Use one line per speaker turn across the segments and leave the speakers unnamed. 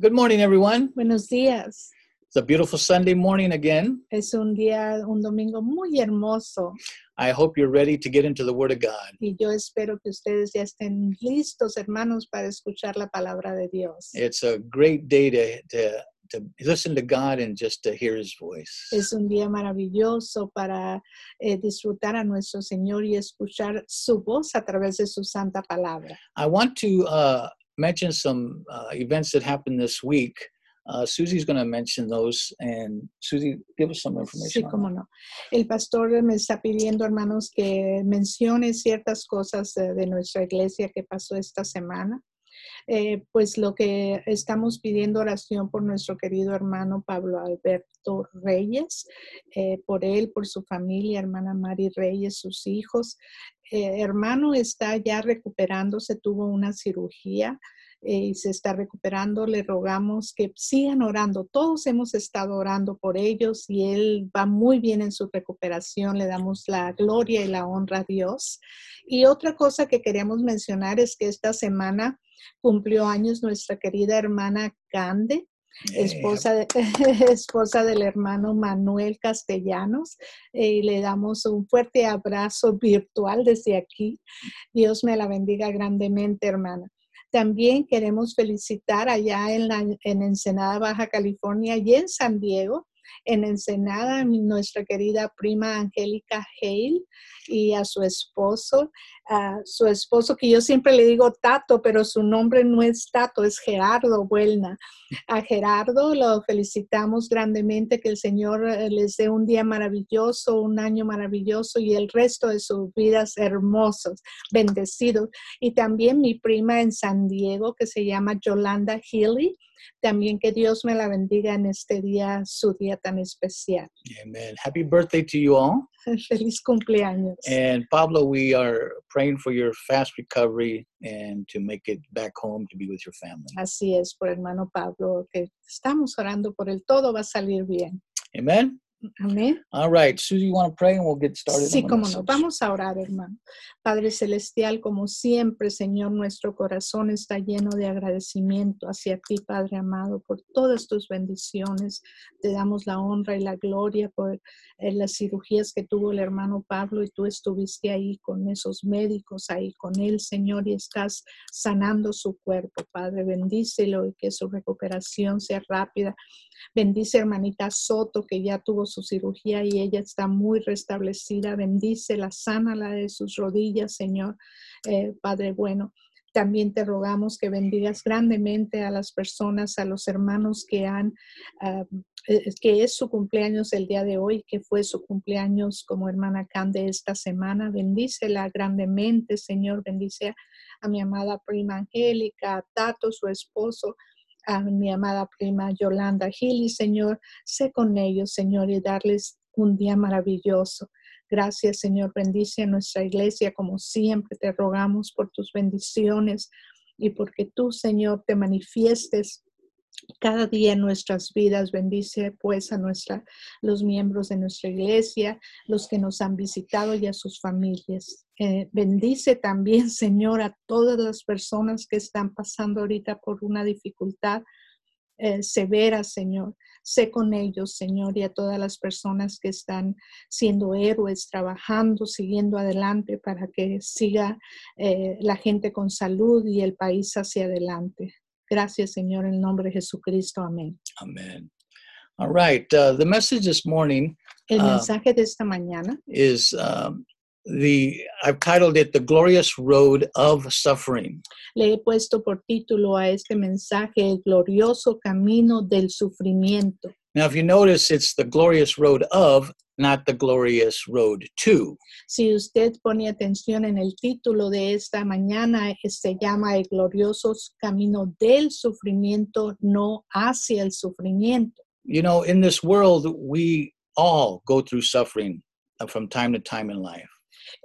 Good morning, everyone.
Buenos días.
It's a beautiful Sunday morning again.
Es un día, un domingo muy hermoso
I hope you're ready to get into the Word of God.
y yo espero que ustedes ya estén listos, hermanos, para escuchar la palabra de Dios.
It's a great day to, to, to listen to God and just to hear His voice.
Es un día maravilloso para eh, disfrutar a nuestro Señor y escuchar su voz a través de su santa palabra.
I want to uh, mention some uh, events that happened this week. Uh, Susie's going to mention those, and Susie, give us some
Sí,
information. on
cómo no. El pastor me está pidiendo, hermanos, que mencione ciertas cosas eh, de, nuestra iglesia que pasó esta semana. Eh, pues lo que estamos pidiendo oración por nuestro querido hermano Pablo Alberto Reyes, eh, por él, por su familia, hermana Mari Reyes, sus hijos. Eh, hermano está ya recuperándose, tuvo una cirugía eh, y se está recuperando, le rogamos que sigan orando. Todos hemos estado orando por ellos y él va muy bien en su recuperación. Le damos la gloria y la honra a Dios. Y otra cosa que queríamos mencionar es que esta semana cumplió años nuestra querida hermana Cande
that. Yeah.
esposa, de- esposa del hermano Manuel Castellanos. eh, y le damos un fuerte abrazo virtual desde aquí. Dios me la bendiga grandemente, hermana. También queremos felicitar allá en, la- en Ensenada, Baja California y en San Diego. En Ensenada, mi- nuestra querida prima Angélica Hale y a su esposo, a su esposo que yo siempre le digo Tato, pero su nombre no es Tato, es Gerardo Buelna a Gerardo, lo felicitamos grandemente, que el Señor eh, les dé un día maravilloso, un año maravilloso y el resto de sus vidas hermosos, bendecidos. Y también mi prima en San Diego, que se llama Yolanda Healy, también que Dios me la bendiga en este día, su día tan especial.
Amen. Happy birthday to you all.
Feliz cumpleaños.
And Pablo, we are praying for your fast recovery and to make it back home to be with your family.
Así es, por hermano Pablo, que estamos orando por él, todo va a salir bien.
Amen.
Amén.
All right, Susie, you want to pray and we'll get started. on
Sí,
the
cómo no.
message.
Vamos a orar, hermano. Padre Celestial, como siempre, Señor, nuestro corazón está lleno de agradecimiento hacia ti, Padre amado, por todas tus bendiciones. Te damos la honra y la gloria por eh, las cirugías que tuvo el hermano Pablo y tú estuviste ahí con esos médicos, ahí con él, Señor, y estás sanando su cuerpo, Padre. Bendícelo y que su recuperación sea rápida. Bendice hermanita Soto, que ya tuvo su cirugía y ella está muy restablecida. Bendícela, sánala de sus rodillas, Señor, Eh, Padre bueno. También te rogamos que bendigas grandemente a las personas, a los hermanos que han, ah, eh, que es su cumpleaños el día de hoy, que fue su cumpleaños como hermana Cande esta semana. Bendícela grandemente, Señor. Bendice a mi amada prima Angélica, a Tato, su esposo, a mi amada prima Yolanda Gili, Señor, sé con ellos, Señor, y darles un día maravilloso. Gracias, Señor, bendice a nuestra iglesia como siempre. Te rogamos por tus bendiciones y porque tú, Señor, te manifiestes cada día en nuestras vidas. Bendice pues a nuestra, los miembros de nuestra iglesia, los que nos han visitado y a sus familias. Eh, bendice también, Señor, a todas las personas que están pasando ahorita por una dificultad eh, severa, Señor. Sé con ellos, Señor, y a todas las personas que están siendo héroes, trabajando, siguiendo adelante para que siga eh, la gente con salud y el país hacia adelante. Gracias, Señor, en el nombre de Jesucristo. Amén.
Amen. All right, uh, the message this morning
El
Ah.
mensaje de esta mañana
is um, the I've titled it "The Glorious Road of Suffering,"
le he puesto por título a este mensaje El glorioso camino del sufrimiento.
Now, if you notice, it's the glorious road of, not the glorious road to.
Si usted pone atención en el título de esta mañana, eh, se llama El glorioso camino del sufrimiento, no hacia el sufrimiento.
You know, in this world, we all go through suffering uh, from time to time in life.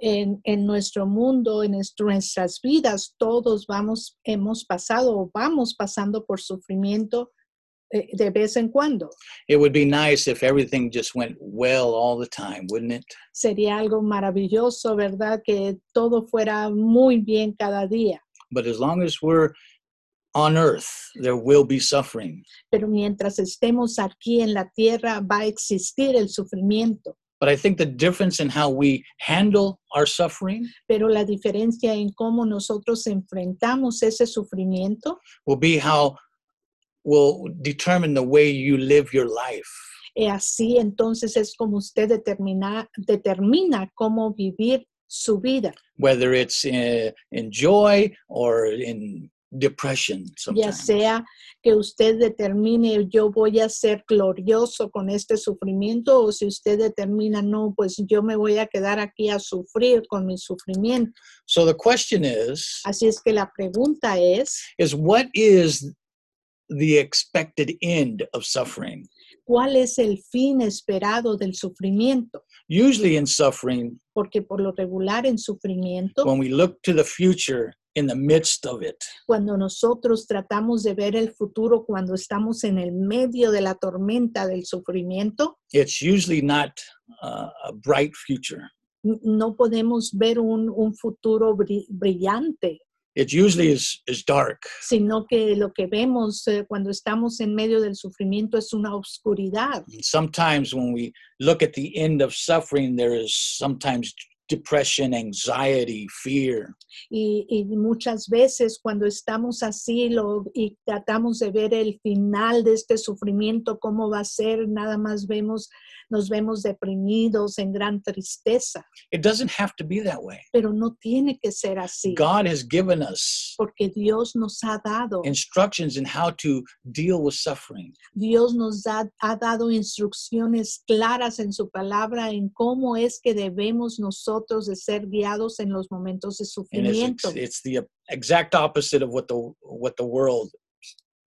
En, en nuestro mundo, en es- nuestras vidas, todos vamos, hemos pasado o vamos pasando por sufrimiento eh, de vez en cuando.
It would be nice if everything just went well all the time, wouldn't it?
Sería algo maravilloso, ¿verdad? Que todo fuera muy bien cada día.
But as long as we're on earth, there will be suffering.
pero mientras estemos aquí en la tierra va a existir el sufrimiento.
But I think the difference in how we handle our suffering
Pero la diferencia en cómo nosotros enfrentamos ese sufrimiento
will be how will determine the way you live your life.
Y eh, así entonces es como usted determina, determina cómo vivir su vida,
whether it's in, in joy or in depression
ya
sometimes.
sea que usted determine yo voy a ser glorioso con este sufrimiento o si usted determina no, pues yo me voy a quedar aquí a sufrir con mi sufrimiento.
So the question is
Así es que la pregunta es,
is what is the expected end of suffering?
¿cuál es el fin esperado del sufrimiento?
Usually in suffering
Porque por lo regular en sufrimiento,
when we look to the future in the midst of it,
cuando nosotros tratamos de ver el futuro, cuando estamos en el medio de la tormenta del sufrimiento,
it's usually not uh, a bright future.
n- no podemos ver un, un futuro bri- brillante,
It usually is is dark.
sino que lo que vemos eh, cuando estamos en medio del sufrimiento es una oscuridad.
And sometimes when we look at the end of suffering, there is sometimes depression, anxiety, fear.
Y, y muchas veces cuando estamos así lo, y tratamos de ver el final de este sufrimiento, cómo va a ser, nada más vemos, nos vemos deprimidos, en gran tristeza,
It doesn't have to be that way.
pero no tiene que ser así.
God has given us
porque Dios nos ha dado,
instructions in how to deal with suffering.
Dios nos da- ha dado instrucciones claras en su palabra en cómo es que debemos nosotros de ser guiados en los momentos de
And it's,
sufrimiento.
it's, it's the exact opposite of what the what the world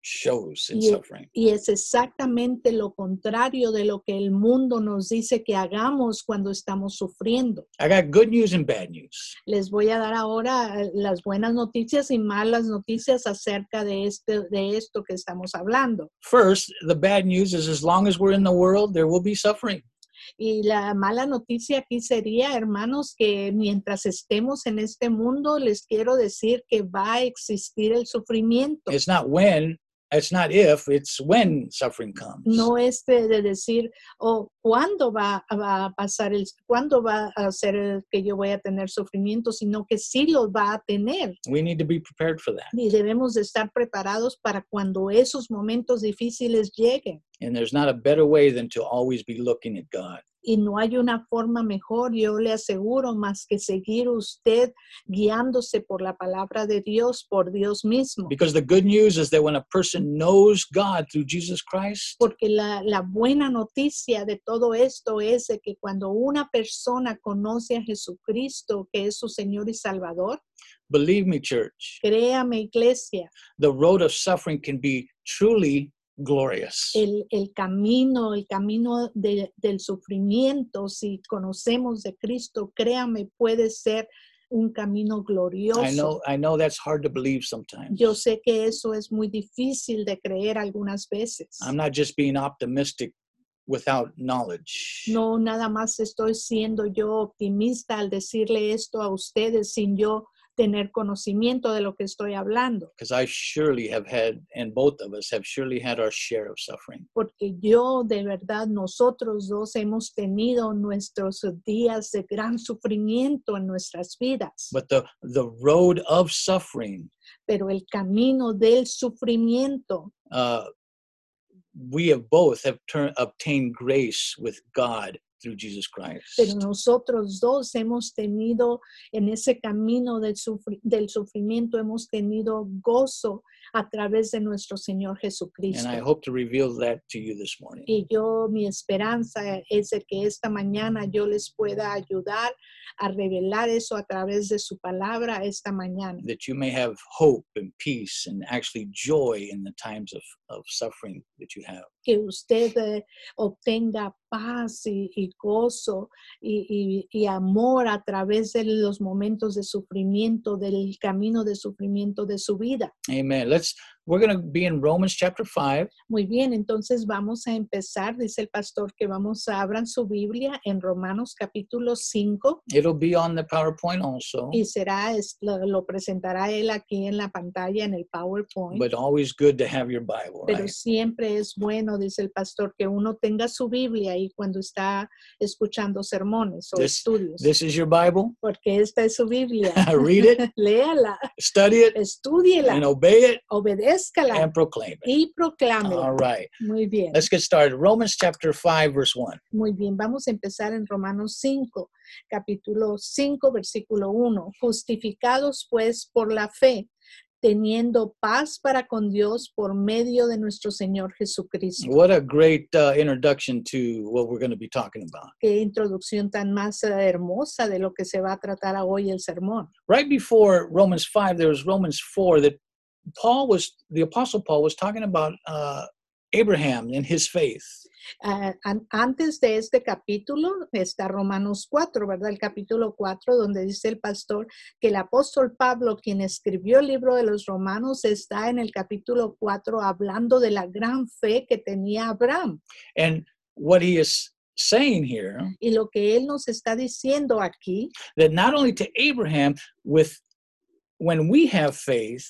shows in
Yeah.
suffering.
Y es exactamente lo contrario de lo que el mundo nos dice que hagamos cuando estamos sufriendo.
I got good news and bad news.
Les voy a dar ahora eh, las buenas noticias y malas noticias acerca de, este, de esto que estamos hablando.
First, the bad news is as long as we're in the world, there will be suffering.
Y la mala noticia aquí sería, hermanos, que mientras estemos en este mundo, les quiero decir que va a existir el sufrimiento.
It's not when, it's not if, it's when suffering comes.
No es de, de decir, oh, ¿cuándo va, va a pasar el, cuándo va a ser el que yo voy a tener sufrimiento? Sino que sí lo va a tener.
We need to be prepared for that.
Y debemos de estar preparados para cuando esos momentos difíciles lleguen.
And there's not a better way than to always be looking at God.
y no hay una forma mejor, yo le aseguro, más que seguir usted guiándose por la palabra de Dios, por Dios mismo.
Because the good news is that when a person knows God through Jesus Christ,
Porque la, la buena noticia de todo esto es de que cuando una persona conoce a Jesucristo, que es su Señor y Salvador,
believe me, church,
créame iglesia,
the road of suffering can be truly glorious.
el, el camino, el camino de- del sufrimiento, si conocemos de Cristo, créame, puede ser un camino glorioso.
I know, I know that's hard to believe sometimes.
Yo sé que eso es muy difícil de creer algunas veces.
I'm not just being optimistic without knowledge.
No, nada más estoy siendo yo optimista al decirle esto a ustedes sin yo tener conocimiento de lo que estoy hablando,
Because I surely have had, and both of us have surely had our share of suffering.
porque yo de verdad, nosotros dos hemos tenido nuestros días de gran sufrimiento en nuestras vidas,
But the, the road of suffering,
pero el camino del sufrimiento
uh, we have both have turn, obtained grace with God through Jesus Christ.
pero nosotros dos hemos tenido en ese camino del, sufri- del sufrimiento, hemos tenido gozo a través de nuestro Señor
And
Jesucristo.
I hope to reveal that to you this morning.
Y yo, mi esperanza es de que esta mañana yo les pueda ayudar a revelar eso a través de su palabra esta mañana,
that you may have hope and peace and actually joy in the times of, of suffering that you have.
que usted eh, obtenga paz y, y gozo y, y- y amor a través de los momentos de sufrimiento, del camino de sufrimiento de su vida.
Amen. Let's We're going to be in Romans chapter 5,
Muy bien, entonces vamos a empezar, dice el pastor, que vamos a abran su Biblia en Romanos capítulo 5
it'll be on the PowerPoint also.
y será, es- lo, lo presentará él aquí en la pantalla, en el PowerPoint.
But always good to have your Bible,
Pero
right?
siempre es bueno, dice el pastor, que uno tenga su Biblia ahí cuando está escuchando sermones o
This-
estudios,
This is your Bible.
porque esta es su Biblia.
Read it,
Léala,
study it,
estúdiela,
and obey it
obedézcala
and proclaim it.
y proclámela.
All right.
Muy bien,
Let's get started. Romans chapter 5, verse 1.
muy bien. Vamos a empezar en Romanos 5, capítulo 5, versículo 1. Justificados pues por la fe, teniendo paz para con Dios por medio de nuestro Señor Jesucristo.
What a great uh, introduction to what we're going to be talking about.
qué introducción tan más eh, hermosa de lo que se va a tratar hoy el sermón.
Right before Romans 5, there was Romans 4 that Paul was, the Apostle Paul was talking about uh, Abraham and his faith.
Ah, an- antes de este capítulo está Romanos 4, ¿verdad? El capítulo 4, donde dice el pastor que el apóstol Pablo, quien escribió el libro de los Romanos, está en el capítulo 4 hablando de la gran fe que tenía Abraham.
And what he is saying here,
Y lo que él nos está diciendo aquí,
that not only to Abraham, with when we have faith,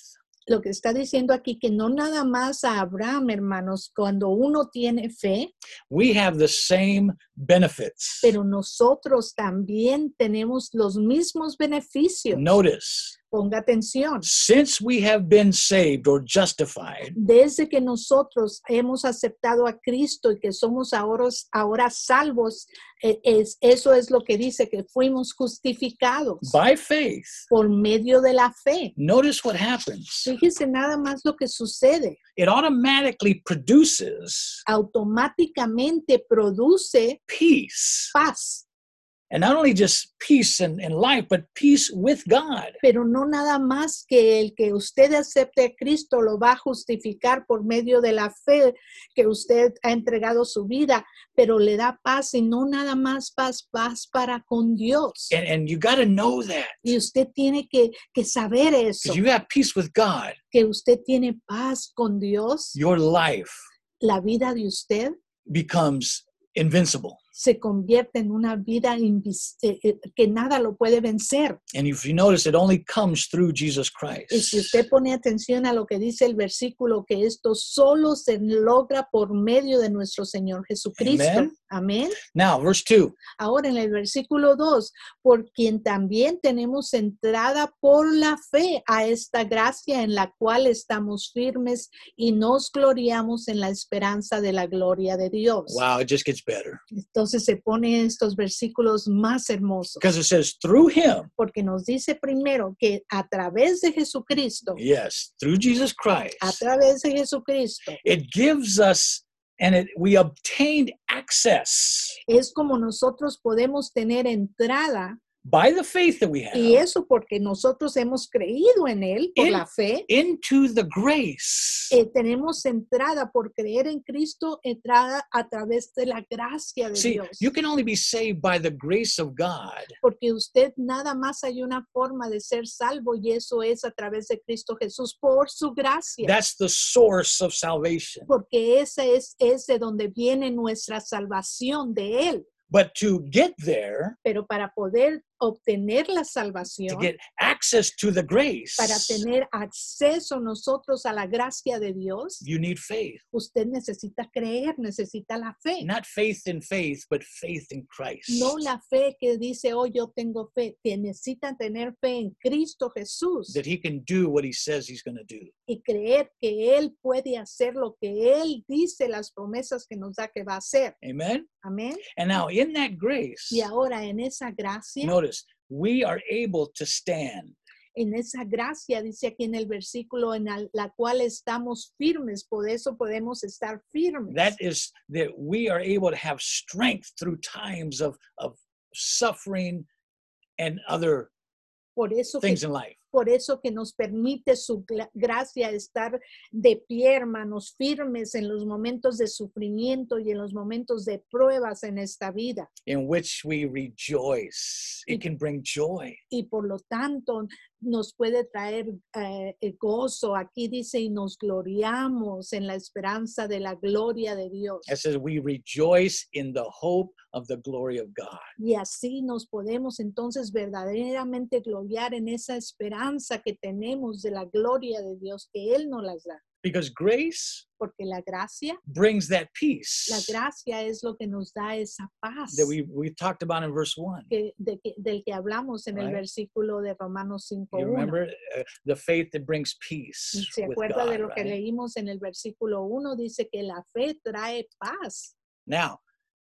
lo que está diciendo aquí, que no nada más a Abraham, hermanos, cuando uno tiene fe,
we have the same benefits.
pero nosotros también tenemos los mismos beneficios.
Notice,
Ponga atención.
since we have been saved or justified,
Desde que nosotros hemos aceptado a Cristo y que somos ahora, ahora salvos, e- es, eso es lo que dice, que fuimos justificados
by faith,
por medio de la fe.
notice what happens.
Fíjese nada más lo que sucede.
It automatically produces
Automáticamente produce
peace.
paz,
And not only just peace in, in life, but peace with God.
pero no nada más que el que usted acepte a Cristo lo va a justificar por medio de la fe que usted ha entregado su vida, pero le da paz y no nada más paz, paz para con Dios.
And, and you got to know that
Y usted tiene que, que saber eso,
because you have peace with God.
que usted tiene paz con Dios,
Your life
la vida de usted
becomes invincible.
se convierte en una vida invis- eh, eh, que nada lo puede vencer.
And if you notice, it only comes through Jesus
Y
Christ.
si usted pone atención a lo que dice el versículo, que esto solo se logra por medio de nuestro Señor Jesucristo.
Amén.
Amén.
Now, verse 2
Ahora en el versículo 2, por quien también tenemos entrada por la fe a esta gracia en la cual estamos firmes y nos gloriamos en la esperanza de la gloria de Dios.
wow, it just gets better
Entonces se pone estos versículos más hermosos,
because it says, through him,
porque nos dice primero que a través de Jesucristo,
yes, through Jesus Christ,
a través de Jesucristo,
it gives us and it, we obtained access
es como nosotros podemos tener entrada
by the faith that we have
y eso porque nosotros hemos creído en él por
Él-
la fe.
into the grace
eh, tenemos entrada por creer en Cristo, entrada a través de la gracia de
See,
Dios.
you can only be saved by the grace of God.
Porque usted nada más hay una forma de ser salvo y eso es a través de Cristo Jesús por su gracia.
That's the source of salvation.
porque ese es, es de donde viene nuestra salvación de Él.
But to get there,
Pero para poder obtener la
to
salvación,
get access to the grace,
para tener acceso nosotros a la gracia de Dios,
you need faith.
usted necesita creer, necesita la fe.
Not faith in faith, but faith in Christ.
No la fe que dice, oh, yo tengo fe. Que necesitan tener fe en Cristo Jesús
That he can do what he says he's going to do.
y creer que Él puede hacer lo que Él dice, las promesas que nos da que va a hacer.
Amen?
Amén.
And now, in that grace,
Y ahora en esa gracia,
notice we are able to stand.
en esa gracia, dice aquí en el versículo, en al- la cual estamos firmes, por eso podemos estar firmes.
That is that we are able to have strength through times of, of suffering and other
por, eso que,
things in life.
por eso que nos permite su gla- gracia estar de pie, hermanos, firmes en los momentos de sufrimiento y en los momentos de pruebas en esta vida.
in which we rejoice. It can bring joy.
Y por lo tanto, nos puede traer eh, el gozo. Aquí dice, y nos gloriamos en la esperanza de la gloria de Dios.
It says, We rejoice in the hope of the glory of God.
Y así nos podemos entonces verdaderamente gloriar en esa esperanza que tenemos de la gloria de Dios, que Él nos las da.
Because grace
Porque la gracia,
brings that
la
peace
gracia es lo que nos da esa paz
that we, we talked about in verse 1.
que- de que- del que hablamos en el
Right.
versículo de Romanos
You
5.1.
remember uh, the faith that brings peace.
Se
with
acuerda de
God,
lo que
right?
leímos en el versículo 1, dice que la fe trae paz.
Now,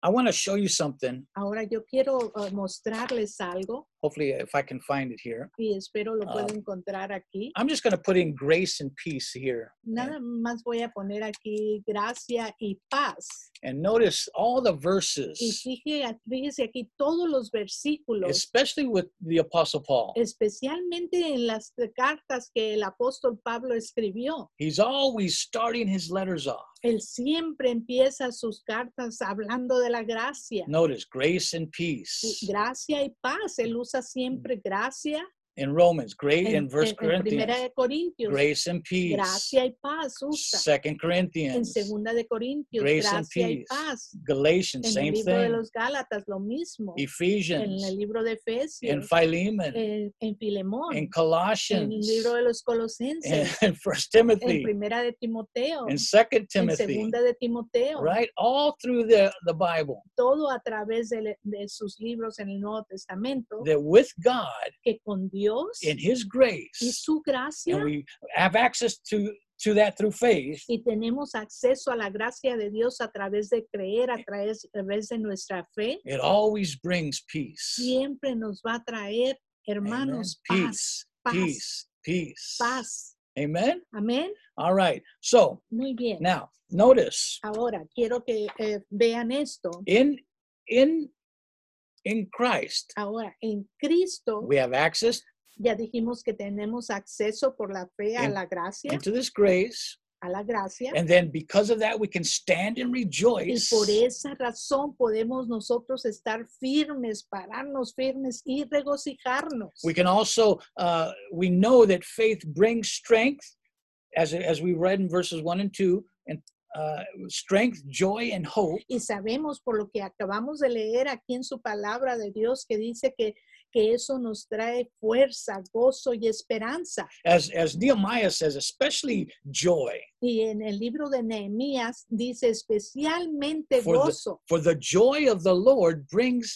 I want to show you something.
Ahora yo quiero eh, mostrarles algo
Hopefully, if I can find it here,
y espero lo
Ah.
pueda encontrar aquí.
I'm just going to put in grace and peace here.
Nada más voy a poner aquí gracia y paz.
And notice all the
Y
verses,
fíjese, fíjese aquí todos los versículos,
especially with the Apostle Paul.
especialmente en las cartas que el apóstol Pablo escribió.
He's always starting his letters off.
Él siempre empieza sus cartas hablando de la gracia.
Notice grace and
Y
peace
Gracia y paz. Él usa siempre gracia
in Romans, grace
en,
in verse
en- en Primera
Corinthians,
de Corintios.
grace and peace.
Gracia y paz usa.
Second
en
Corinthians,
segunda de Corintios,
Grace and
gracia y
peace.
paz.
Galatians,
En
same
el libro de
thing.
los Gálatas, lo mismo. En el
Ephesians,
libro de
in
Efesios,
Philemon,
en, en Filemón,
in
en el
Colossians,
libro de los Colosenses,
and First
en
Timothy,
primera de Timoteo,
and Second
en
Timothy,
segunda de Timoteo,
right? All through the, the Bible,
todo a través de, de sus libros en el Nuevo Testamento,
that with God,
que con Dios
in His
y
grace,
su gracia,
and we have access to, to that through faith,
y tenemos acceso a la gracia de Dios a través de creer, a través, a través de nuestra fe,
it always brings peace.
siempre nos va a traer,
Amen.
hermanos, paz.
Peace,
paz,
peace, peace.
paz.
Amen.
Amén.
All right. So
Muy bien.
now notice
Ahora quiero que eh, vean esto.
in in in Christ
Ahora, en Cristo
we have access
ya dijimos que tenemos acceso por la fe a
En-
la gracia,
into this grace,
a la gracia.
and then because of that we can stand and
Y
rejoice
por esa razón podemos nosotros estar firmes, pararnos firmes y regocijarnos.
We can also, uh, we know that faith brings strength, as, as we read in verses 1 and 2, and uh, strength, joy, and hope.
Y sabemos por lo que acabamos de leer aquí en su palabra de Dios que dice que, que eso nos trae fuerza, gozo y esperanza.
As, as Nehemiah says, especially joy.
Y en el libro de Nehemías dice especialmente
For the-
gozo,
For the joy of the Lord brings,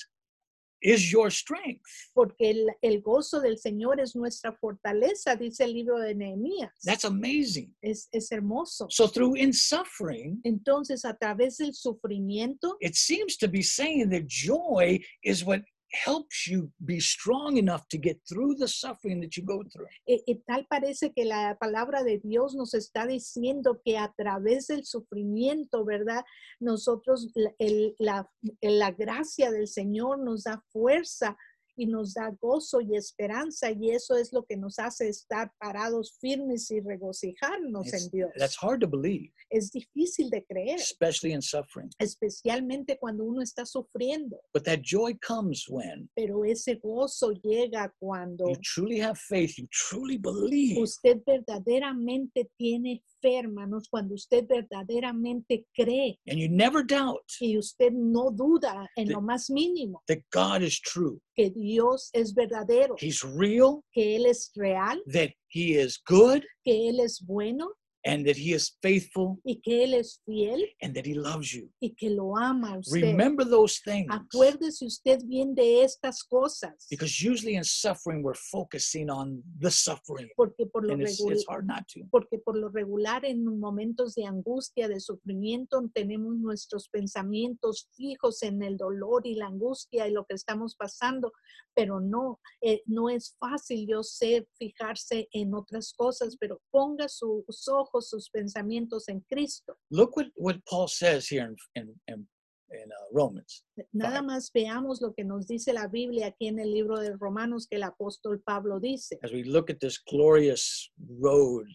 is your strength.
porque el, el gozo del Señor es nuestra fortaleza, dice el libro de Nehemías.
That's amazing.
Es, es hermoso.
So through in suffering,
Entonces, a través del sufrimiento,
it seems to be saying that joy is what helps you be strong enough to get through the suffering that you go through.
eh, eh, tal parece que la palabra de Dios nos está diciendo que a través del sufrimiento, ¿verdad? Nosotros, la- el- la, la gracia del Señor nos da fuerza y nos da gozo y esperanza y eso es lo que nos hace estar parados firmes y regocijarnos en
It's-
Dios.
That's hard to believe,
Es difícil de creer,
especially in suffering.
especialmente cuando uno está sufriendo,
But that joy comes when
pero ese gozo llega cuando
you truly have faith, you truly believe
usted verdaderamente tiene fe, hermanos, cuando usted verdaderamente cree
and you never doubt
y usted no duda en
De-
lo más mínimo
that God is true.
que Dios es verdadero,
He's real,
que Él es real,
that He is good,
que Él es bueno
and that He is faithful,
y que Él es fiel
and that He loves you.
y que lo ama a usted.
Remember those things.
Acuérdese usted bien de estas cosas,
Because usually in suffering, we're focusing on the suffering,
porque por lo
and it's, it's
regular
hard not to.
porque por lo regular en momentos de angustia, de sufrimiento, tenemos nuestros pensamientos fijos en el dolor y la angustia y lo que estamos pasando, pero no, eh, no es fácil, yo sé, fijarse en otras cosas, pero ponga sus ojos, sus pensamientos en Cristo.
Look what, what Paul says here in, in, in, in uh, Romans.
Nada
Right.
más veamos lo que nos dice la Biblia aquí en el libro de Romanos que el apóstol Pablo dice.
as we look at this glorious road,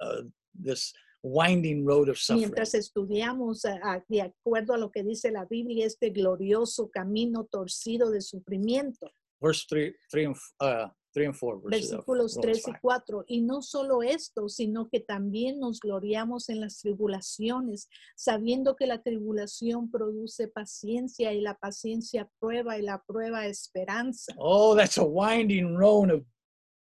uh, this winding road of suffering,
mientras estudiamos a- a- de acuerdo a lo que dice la Biblia este glorioso camino torcido de sufrimiento.
verse three, three and f- uh, 3 and 4. Verses of
versículos 3
Romans
y
5.
4. Y no solo esto, sino que también nos gloriamos en las tribulaciones, sabiendo que la tribulación produce paciencia y la paciencia prueba y la prueba esperanza.
Oh, that's a winding road of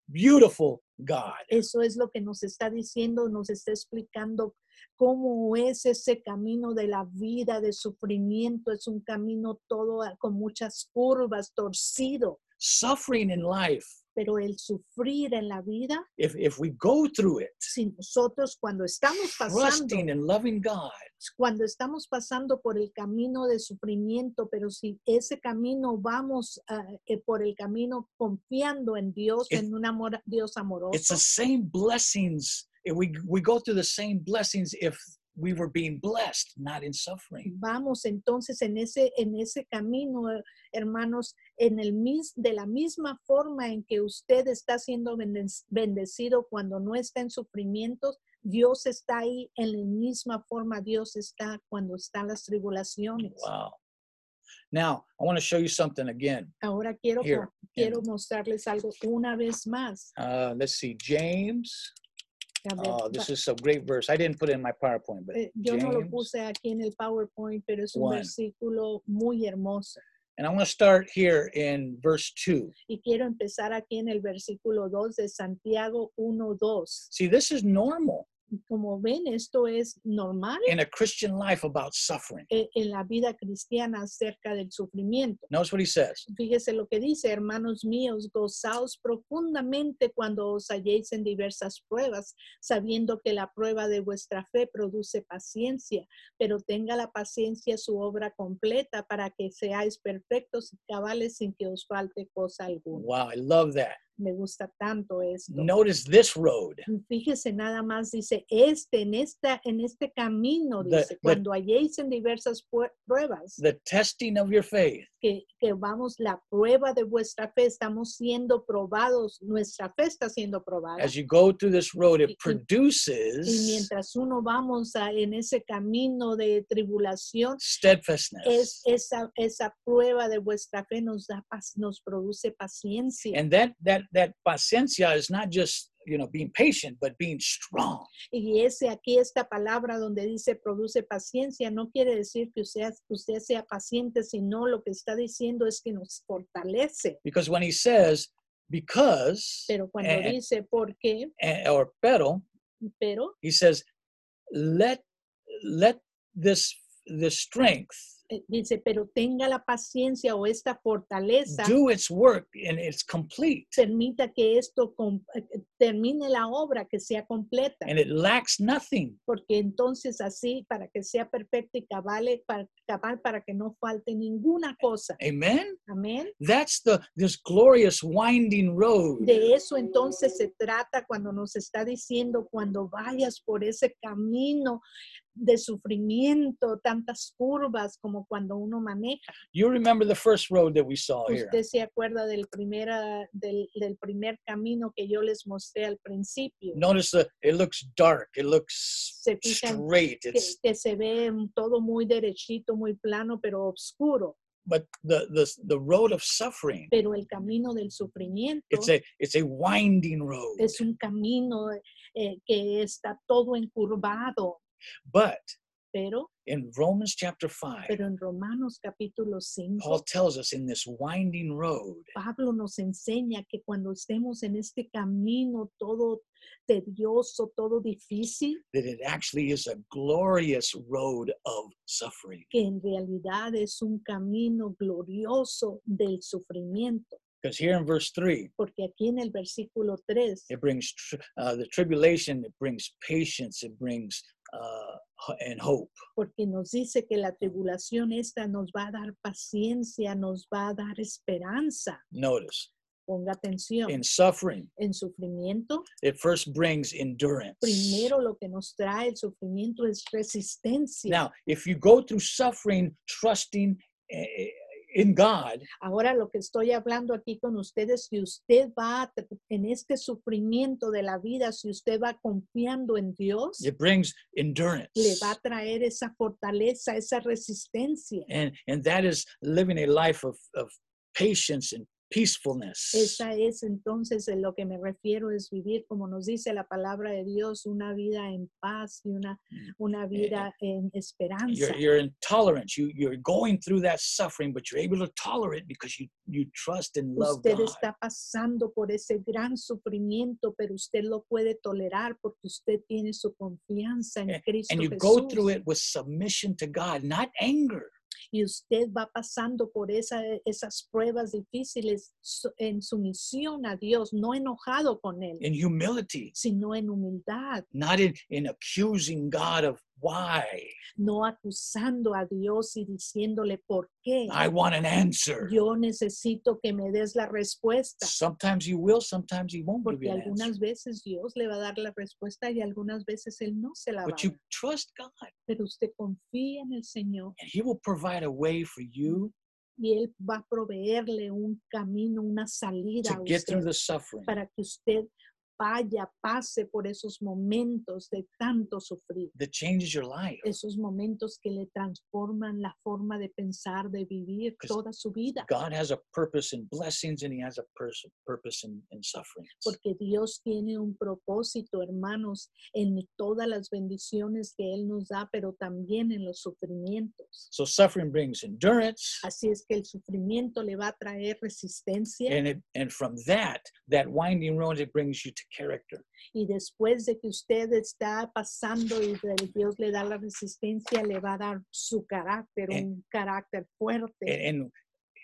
beautiful God.
Eso es lo que nos está diciendo, nos está explicando cómo es ese camino de la vida, de sufrimiento. Es un camino todo a- con muchas curvas, torcido,
Suffering in life,
pero el sufrir en la vida,
if, if we go through it,
si nosotros cuando estamos pasando
trusting and loving God,
cuando estamos pasando por el camino de sufrimiento, pero si ese camino vamos ah, eh, por el camino confiando en Dios,
Es-
en un amor, Dios
it's
amoroso,
the same blessings. If we, we go through the same blessings if we were being blessed, not in suffering.
vamos entonces en ese, en ese camino, eh, hermanos, en el mis, de la misma forma en que usted está siendo bendec- bendecido cuando no está en sufrimientos, Dios está ahí en la misma forma, Dios está cuando están las tribulaciones.
Wow. Now, I want to show you something again.
Ahora quiero,
Here,
quiero mostrarles algo una vez más.
Uh, let's see, James.
A ver,
Oh,
va-
this is a great verse. I didn't put it in my PowerPoint, but
eh, yo no lo
James.
puse aquí en el PowerPoint, pero es un
One.
versículo muy hermoso.
And I want to start here in verse 2.
Y quiero empezar aquí en el versículo 2 de Santiago 1.2.
See, this is normal
Como ven, esto es normal
in a Christian life about suffering.
eh, en la vida cristiana acerca del sufrimiento.
Notice what he says.
Fíjese lo que dice, hermanos míos, gozaos profundamente cuando os halléis en diversas pruebas, sabiendo que la prueba de vuestra fe produce paciencia, pero tenga la paciencia su obra completa para que seáis perfectos y cabales sin que os falte cosa alguna.
Wow, I love that.
Me gusta tanto esto.
Notice this road.
Fíjese nada más, dice, este, en, esta, en este camino,
The-
dice,
the-
cuando halléis en diversas pue- pruebas,
The testing of your faith
que, que vamos, la prueba de vuestra fe, estamos siendo probados, nuestra fe está siendo probada.
as you go through this road,
Y- y-
it
Y
produces
mientras uno vamos a- en ese camino de tribulación, es,
steadfastness.
esa, esa prueba de vuestra fe nos, da, pas- nos produce paciencia.
And that that that paciencia is not just you know being patient, but being strong.
Y ese aquí, esta palabra donde dice produce paciencia, no quiere decir que usted, usted sea paciente, sino lo que está diciendo es que nos fortalece.
Because when he says because
Pero cuando
Eh, eh.
dice por qué,
eh, or pero,
pero
he says let let this this strength
eh, dice, pero tenga la paciencia o esta fortaleza,
do its work and it's complete
permita que esto com- eh, eh, termine la obra, que sea completa,
and it lacks nothing.
porque entonces así, para que sea perfecta y cabale, para, cabal, para que no falte ninguna cosa.
Eh, Amen.
Amén.
That's the this glorious winding road.
De eso entonces se trata cuando nos está diciendo, cuando vayas por ese camino de sufrimiento, tantas curvas como cuando uno maneja.
You remember the first road that we saw here.
Usted se acuerda del primer, ah, del, del primer camino que yo les mostré al principio.
Notice that it looks dark. It looks
Se fijan
straight.
que,
It's
que se ve un- todo muy derechito, muy plano, pero oscuro.
but the the the road of suffering.
Pero el camino del sufrimiento
It's a it's a winding road.
es un camino eh, que está todo encurvado.
But
Pero,
in Romans chapter five,
pero en Romanos capítulo 5,
Paul tells us in this winding road,
Pablo nos enseña que cuando estemos en este camino todo tedioso, todo difícil,
that it actually is a glorious road of suffering.
que en realidad es un camino glorioso del sufrimiento.
Because here in verse three,
Porque aquí en el versículo 3
it brings tr- uh, the tribulation it brings patience it brings uh, ho- and hope
porque nos dice que la tribulación esta nos va a dar paciencia, nos va a dar esperanza.
notice
Ponga atención,
in suffering
en sufrimiento,
it first brings endurance
primero lo que nos trae el sufrimiento es resistencia.
now if you go through suffering trusting eh, in god
Ahora lo que estoy hablando aquí con ustedes, si usted va a tr- en este sufrimiento de la vida, si usted va confiando en Dios,
it brings endurance
le va a traer esa fortaleza,
Eh.
esa resistencia.
and and that is living a life of, of patience and peacefulness.
Esa es entonces de lo que me refiero, es vivir, como nos dice la palabra de Dios, una vida en paz y una,
Mm, eh,
una vida en esperanza.
You're, you're in tolerance. You, you're going through that suffering, but you're able to tolerate because you, you trust and love
Usted
God.
está pasando por ese gran sufrimiento, pero usted lo puede tolerar porque usted tiene su confianza en Cristo
Eh, And you go through
Jesús.
it with submission to God, not anger.
Y usted va pasando por esa- esas pruebas difíciles su- en sumisión a Dios, no enojado con Él,
in humility,
sino en humildad,
not in, in accusing God of why.
no acusando a Dios y diciéndole por qué.
I want an answer.
Yo necesito que me des la respuesta.
Sometimes you will, sometimes you won't give
Porque
you an answer.
algunas veces Dios le va a dar la respuesta y algunas veces Él no se la va a
But
dar.
you trust God,
Pero usted confía en el Señor
and He will provide a way for you
y Él va a proveerle un camino, una salida
to
a
get through
usted
the suffering.
para que usted vaya, pase por esos momentos de tanto sufrir,
That changes your life.
esos momentos que le transforman la forma de pensar, de vivir
Because
toda su vida.
God has a purpose in blessings, and He has a pers- purpose in, in sufferings.
Porque Dios tiene un propósito, hermanos, en todas las bendiciones que Él nos da, pero también en los sufrimientos.
So suffering brings endurance,
Así es que el sufrimiento le va a traer resistencia
and it, and from that, that winding road, it brings you to character.
y después de que usted está pasando y de- Dios le da la resistencia, le va a dar su carácter,
Eh,
un carácter fuerte,
And, and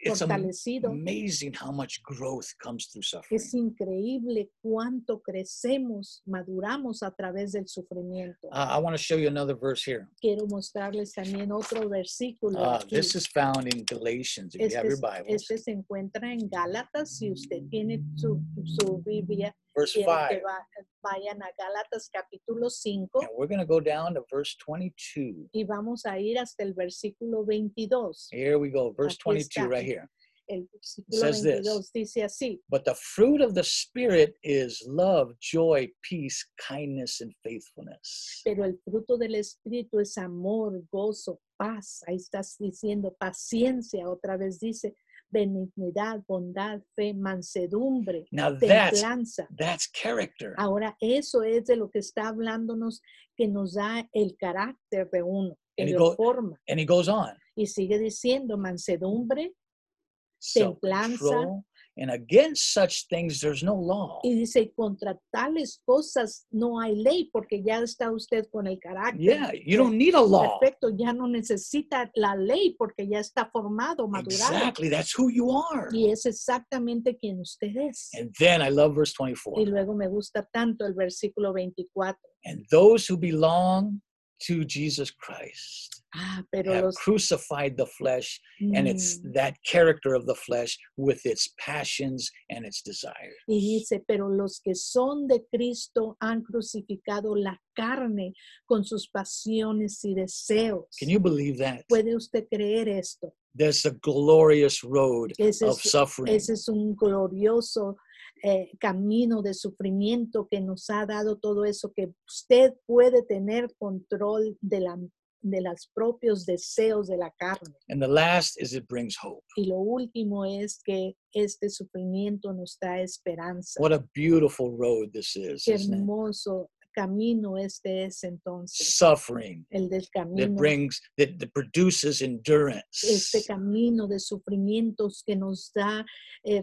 it's a
fortalecido.
amazing how much growth comes through suffering.
Es increíble cuánto crecemos, maduramos a través del sufrimiento.
Uh, I want to show you another verse here.
Quiero mostrarles también otro versículo.
Uh,
aquí.
this is found in Galatians, if you have
Este,
your
es-
Bibles.
este se encuentra en Gálatas. Si usted tiene su, su Biblia,
Verse
quiero
5.
que va- vayan a Gálatas capítulo 5
And we're going to go down to verse 22.
y vamos a ir hasta el versículo 22.
Here we go, verse
Aquí
22
está.
right here.
El versículo
Says this.
22 dice así,
But the fruit of the Spirit is love, joy, peace, kindness, and faithfulness.
pero el fruto del Espíritu es amor, gozo, paz. Ahí estás diciendo paciencia, otra vez dice benignidad, bondad, fe, mansedumbre,
Now that's
templanza.
that's character.
Ahora, eso es de lo que está hablándonos, que nos da el carácter de uno, que
And it
lo
go-
forma.
And he goes on.
Y sigue diciendo mansedumbre, Templanza.
Self-control. And against such things there's no law.
y dice, "Y contra tales cosas no hay ley, porque ya está usted con el carácter.
Yeah, you don't need a law.
Perfecto, ya no necesita la ley porque ya está formado, madurado.
Exactly. That's who you are.
Y es exactamente quien usted es.
And then I love verse 24.
Y luego me gusta tanto el versículo 24.
and those who belong to Jesus Christ
Ah, pero
have
los...
crucified the flesh and it's
Mm.
that character of the flesh with its passions and its desires.
Y dice, pero los que son de Cristo han crucificado la carne con sus pasiones y deseos.
Can you believe that?
¿Puede usted creer esto?
There's a glorious road
Ese
of
es,
suffering.
ese es un glorioso eh, camino de sufrimiento que nos ha dado todo eso, que usted puede tener control de, la, de los propios deseos de la carne.
and the last is it brings hope.
Y lo último es que este sufrimiento nos da esperanza.
What a beautiful road this is,
Qué
isn't it?
hermoso camino este es entonces.
Suffering
el del
that
camino,
brings that, that produces endurance,
este camino de sufrimientos que nos da eh,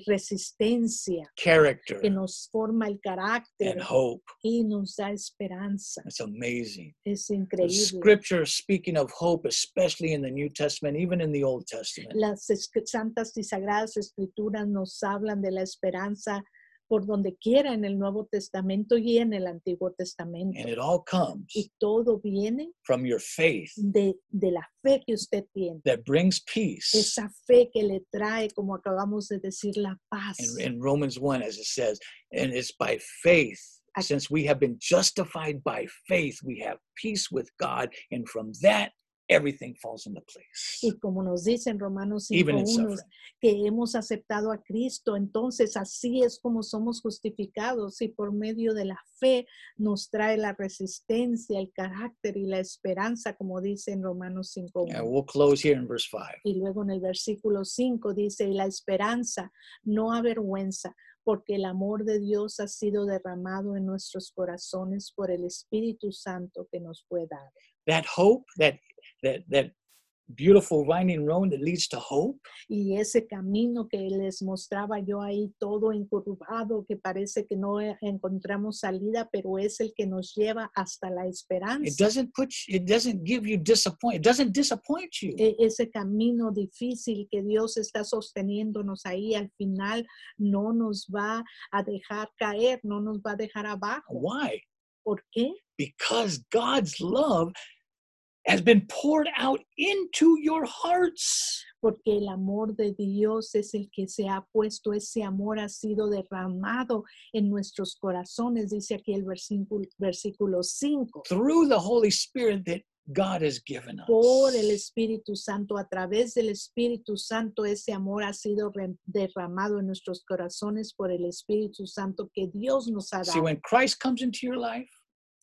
resistencia,
character,
que nos forma el carácter
and hope.
y nos da esperanza.
It's amazing.
Es
The
increíble.
scripture speaking of hope, especially in the New Testament, even in the Old Testament,
Las es- santas y sagradas escrituras nos hablan de la esperanza por donde quiera en el Nuevo Testamento y en el Antiguo
and
Testamento.
it all comes
Y todo viene
from your faith
de, de la fe que usted tiene,
that brings peace.
esa fe que le trae, como acabamos de decir, la paz.
In, in Romans 1, as it says, and it's by faith,
Ac-
since we have been justified by faith, we have peace with God, and from that everything falls into place.
Y como nos dicen Romanos
Even in
5.1, que hemos aceptado a Cristo, entonces así es como somos justificados y por medio de la fe nos trae la resistencia, el carácter y la esperanza, como dice en Romanos 5.1.
And we'll close here in verse 5.
Y luego en el versículo 5 dice, y la esperanza no avergüenza, porque el amor de Dios ha sido derramado en nuestros corazones por el Espíritu Santo que nos fue dado.
That hope, that that that beautiful winding road that leads to hope,
Y ese camino que les mostraba yo ahí todo encurvado, que parece que no e- encontramos salida, pero es el que nos lleva hasta la
it
esperanza.
doesn't put you, it doesn't give you disappoint. It doesn't disappoint you.
E- Ese camino difícil que Dios está sosteniéndonos ahí al final no nos va a dejar caer, no nos va a dejar abajo.
Why?
¿Por qué?
Because God's love has been poured out into your hearts.
Porque el amor de Dios es el que se ha puesto, ese amor ha sido derramado en nuestros corazones, dice aquí el versículo, versículo 5,
through the Holy Spirit that God has given us.
por el Espíritu Santo, a través del Espíritu Santo, ese amor ha sido re- derramado en nuestros corazones por el Espíritu Santo que Dios nos ha
See,
dado.
when Christ comes into your life,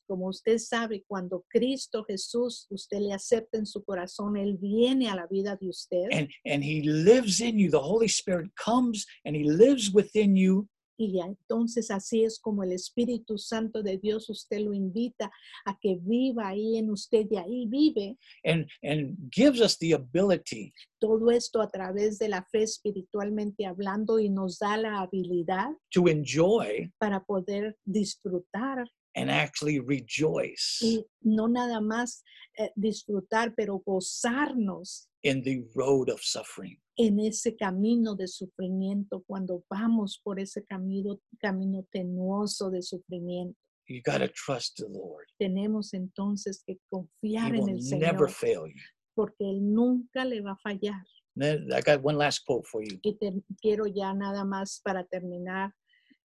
Como usted sabe, cuando Cristo Jesús, usted le acepta en su corazón, Él viene a la vida de usted.
and and He lives in you, the Holy Spirit comes and He lives within you.
Y ya entonces así es como el Espíritu Santo de Dios usted lo invita a que viva ahí en usted y ahí vive
And, and gives us the ability
todo esto a través de la fe espiritualmente hablando y nos da la habilidad
to enjoy
para poder disfrutar
and actually rejoice
y no nada más eh, disfrutar, pero gozarnos
in the road of suffering.
en ese camino de sufrimiento cuando vamos por ese camino, camino tenuoso de sufrimiento.
You got to trust the Lord.
Tenemos entonces que
He
confiar en
will
el
never
Señor.
fail you.
porque Él nunca le va a fallar.
Then I got one last quote for you.
Y te, quiero ya nada más para terminar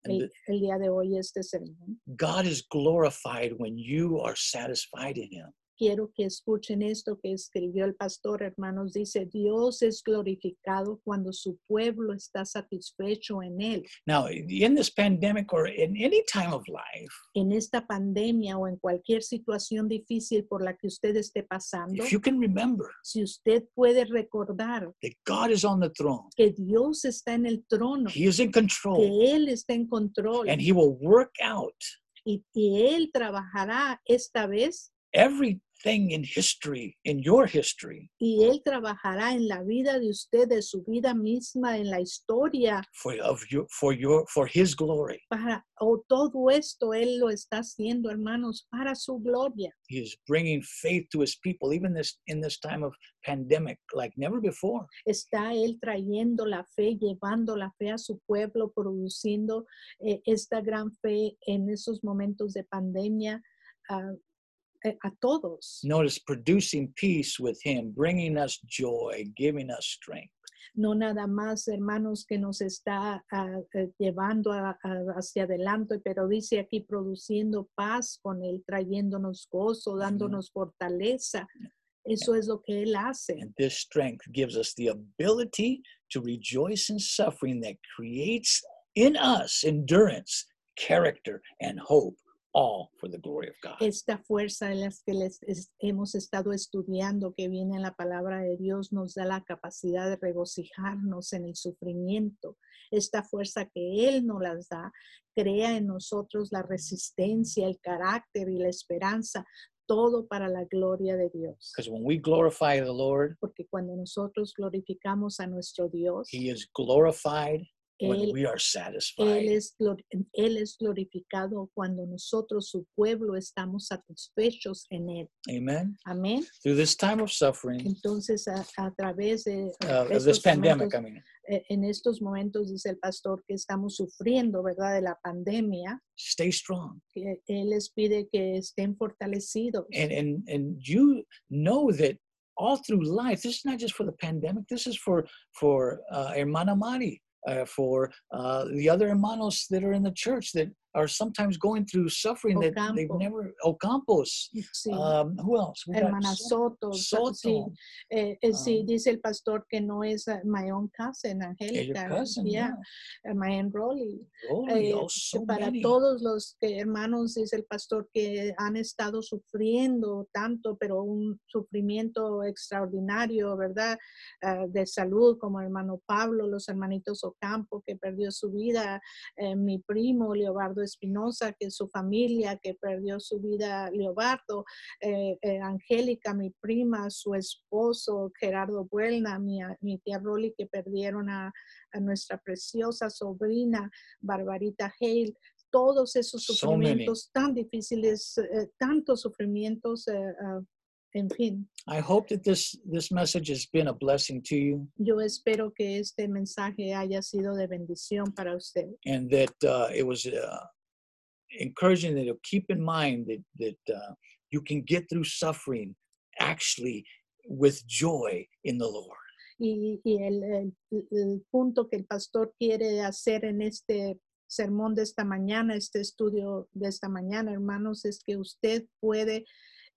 And
el, el día de hoy este sermón.
God is glorified when you are satisfied in Him.
Quiero que escuchen esto que escribió el pastor, hermanos. Dice, Dios es glorificado cuando su pueblo está satisfecho en Él.
Now, in this pandemic or in any time of life,
En esta pandemia o en cualquier situación difícil por la que usted esté pasando,
if you can remember
si usted puede recordar
that God is on the throne,
que Dios está en el trono,
He is in control,
que Él está en control
and He will work out
y, y Él trabajará esta vez
everything in history, in your history,
y Él trabajará en la vida de usted, de su vida misma, en la historia,
for of your for your for His glory.
para o todo esto Él lo está haciendo, hermanos, para su gloria.
He is bringing faith to His people, even this in this time of pandemic, like never before.
Está Él trayendo la fe, llevando la fe a su pueblo, produciendo eh, esta gran fe en esos momentos de pandemia. ah, eh, a todos.
Notice producing peace with Him, bringing us joy, giving us strength.
no nada más, hermanos, que nos está ah, eh, llevando a- a- hacia adelante, pero dice aquí produciendo paz con Él, trayéndonos gozo, dándonos fortaleza. Eso es lo que Él hace.
And this strength gives us the ability to rejoice in suffering that creates in us endurance, character, and hope, all for the glory of God.
Esta fuerza de las que les es- hemos estado estudiando, que viene en la palabra de Dios, nos da la capacidad de regocijarnos en el sufrimiento. Esta fuerza que Él nos las da, crea en nosotros la resistencia, el carácter y la esperanza, todo para la gloria de Dios.
Because when we glorify the Lord,
Porque cuando nosotros glorificamos a nuestro Dios,
He is glorified when
Él,
we are
Él
satisfied.
es, glor- Él es glorificado cuando nosotros, su pueblo, estamos satisfechos en Él.
Amen.
Amén.
Through this time of suffering,
Entonces, a, a través de
uh, of this
estos
pandemic, I
momentos-
mean,
eh, en estos momentos, dice el pastor, que estamos sufriendo, ¿verdad?, de la pandemia,
stay strong.
que Él les pide que estén fortalecidos.
And, and, and you know that all through life, this is not just for the pandemic, this is for, for uh, Hermana Mari, uh, for uh, the other hermanos that are in the church that are sometimes going through suffering that they've
Ocampo.
never. Ocampos.
Sí.
Um, who else? We got
Hermana
so-
Soto,
Soto.
sí, eh, eh, sí,
Um,
dice el pastor que no es uh, my own cousin,
yeah, your
Angélica,
cousin.
yeah,
Yeah.
uh, my aunt Rolly,
Glory.
Eh,
oh, so
para
many.
todos los eh, hermanos, dice el pastor, que han estado sufriendo tanto, pero un sufrimiento extraordinario, ¿verdad? Ah, de salud, como hermano Pablo, los hermanitos Ocampo, que perdió su vida, eh, mi primo Leobardo Espinosa, que su familia, que perdió su vida Leobardo, eh, eh, Angélica, mi prima, su esposo Gerardo Buelna, mi, a- mi tía Rolly, que perdieron a- a nuestra preciosa sobrina. Barbarita Hale, todos esos
So many.
sufrimientos tan difíciles, eh, tantos sufrimientos, eh, ah, en fin,
I hope that this this message has been a blessing to you,
yo espero que este mensaje haya sido de bendición para usted
and that uh, it was uh, encouraging that you keep in mind that that uh, you can get through suffering actually with joy in the Lord.
y, y el, el- el punto que el pastor quiere hacer en este sermón de esta mañana, este estudio de esta mañana, hermanos, es que usted puede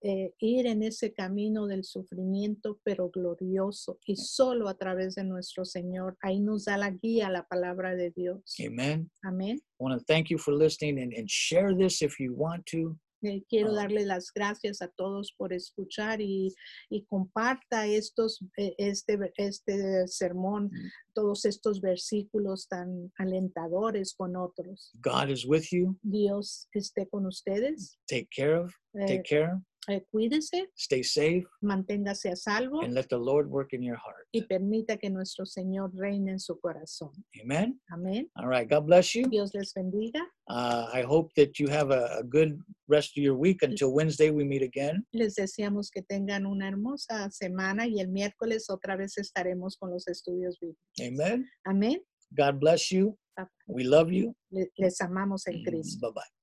eh, ir en ese camino del sufrimiento, pero glorioso y solo a través de nuestro Señor. Ahí nos da la guía la palabra de Dios.
Amen.
Amén.
I want to thank you for listening and, and share this if you want to.
Eh, quiero
Ah.
darle las gracias a todos por escuchar y, y comparta estos, eh, este, ver- este sermón,
Mm.
todos estos versículos tan alentadores con otros.
God is with you.
Dios esté con ustedes.
Take care of.
Eh,
Take care.
eh, cuídese,
Stay safe,
manténgase a salvo
and let the Lord work in your heart.
y permita que nuestro Señor reine en su corazón.
Amen.
Amén.
All right. God bless you.
Dios les bendiga.
Uh, I hope that you have a, a good rest of your week until Wednesday we meet again.
Les deseamos que tengan una hermosa semana y el miércoles otra vez estaremos con los estudios bíblicos.
Amen.
Amén.
God bless you. We love you. Mm.
Le- les amamos en
Bye
Cristo.
bye.